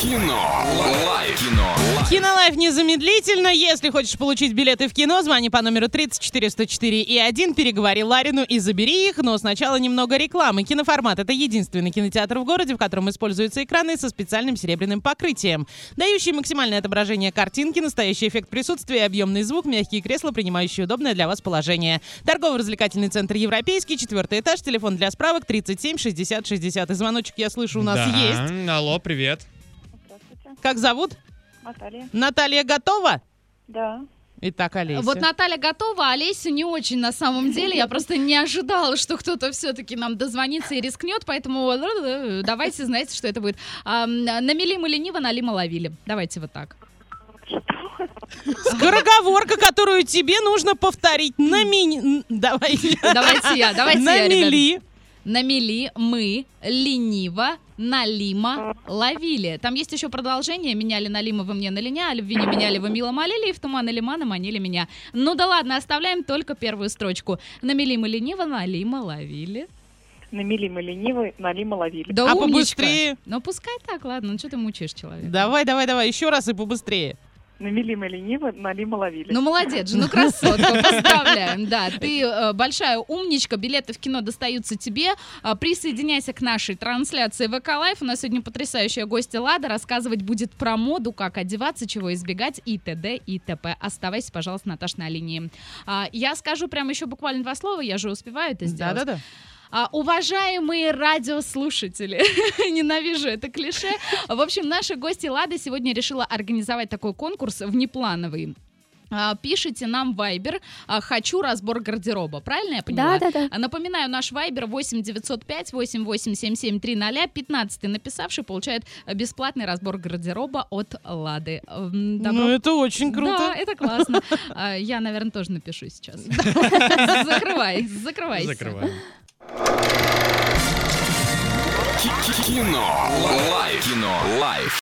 Кино. Лайф. Кино. Кинолайф незамедлительно. Если хочешь получить билеты в кино, звони по номеру 30404 и 1, переговори Ларину и забери их, но сначала немного рекламы. Киноформат — это единственный кинотеатр в городе, в котором используются экраны со специальным серебряным покрытием, дающие максимальное отображение картинки, настоящий эффект присутствия, объемный звук, мягкие кресла, принимающие удобное для вас положение. Торгово-развлекательный центр «Европейский», четвертый этаж, телефон для справок 37 60 60. И звоночек, я слышу, у нас Да. есть. Алло, привет. Здравствуйте, Как зовут? Наталья. Наталья готова? Да. Итак, Олеся. Вот Наталья готова, а Олеся не очень на самом деле. Я просто не ожидала, что кто-то все-таки нам дозвонится и рискнет, поэтому э, давайте, знаете, что это будет. А, м, Намели мы лениво, налимо ловили. Давайте вот так. Скороговорка, которую тебе нужно повторить. На мини... Давай. Давайте я, давайте я, ребят. Намели. Намели мы лениво, налимо ловили. Там есть еще продолжение. Меняли налимо вы мне на линя, а любви не меняли вы мило молили, и в туман и лимана манили меня. Ну да ладно, оставляем только первую строчку. Намели мы лениво, налимо ловили. На мели мы ленивы, налима ловили. Да А умничка. побыстрее? Ну пускай так, ладно, ну что ты мучаешь человека? Давай, давай, давай, еще раз и побыстрее. На мели мы ленивы, налима ловили. Ну молодец же, ну красотка, поздравляем, да, ты э, большая умничка, билеты в кино достаются тебе, А, присоединяйся к нашей трансляции ВК Лайф, у нас сегодня потрясающая гостья Лада, рассказывать будет про моду, как одеваться, чего избегать и т.д. и т.п. Оставайся, пожалуйста, Наташ, на линии. А, я скажу прям еще буквально два слова, я же успеваю это сделать. Да-да-да. А, уважаемые радиослушатели, ненавижу это клише. В общем, наши гости Лада сегодня решила организовать такой конкурс внеплановый. А, Пишите нам Вайбер «Хочу разбор гардероба». Правильно я поняла? Да, да, да. А, Напоминаю, наш Вайбер 8 905 88 300 15 написавший получает э, бесплатный разбор гардероба от Лады. М, добро Ну, это очень да, круто. это классно. А, Я, наверное, тоже напишу сейчас. Закрывай, закрывайся. Закрываем. Кино. Лайф. Кино. Лайф.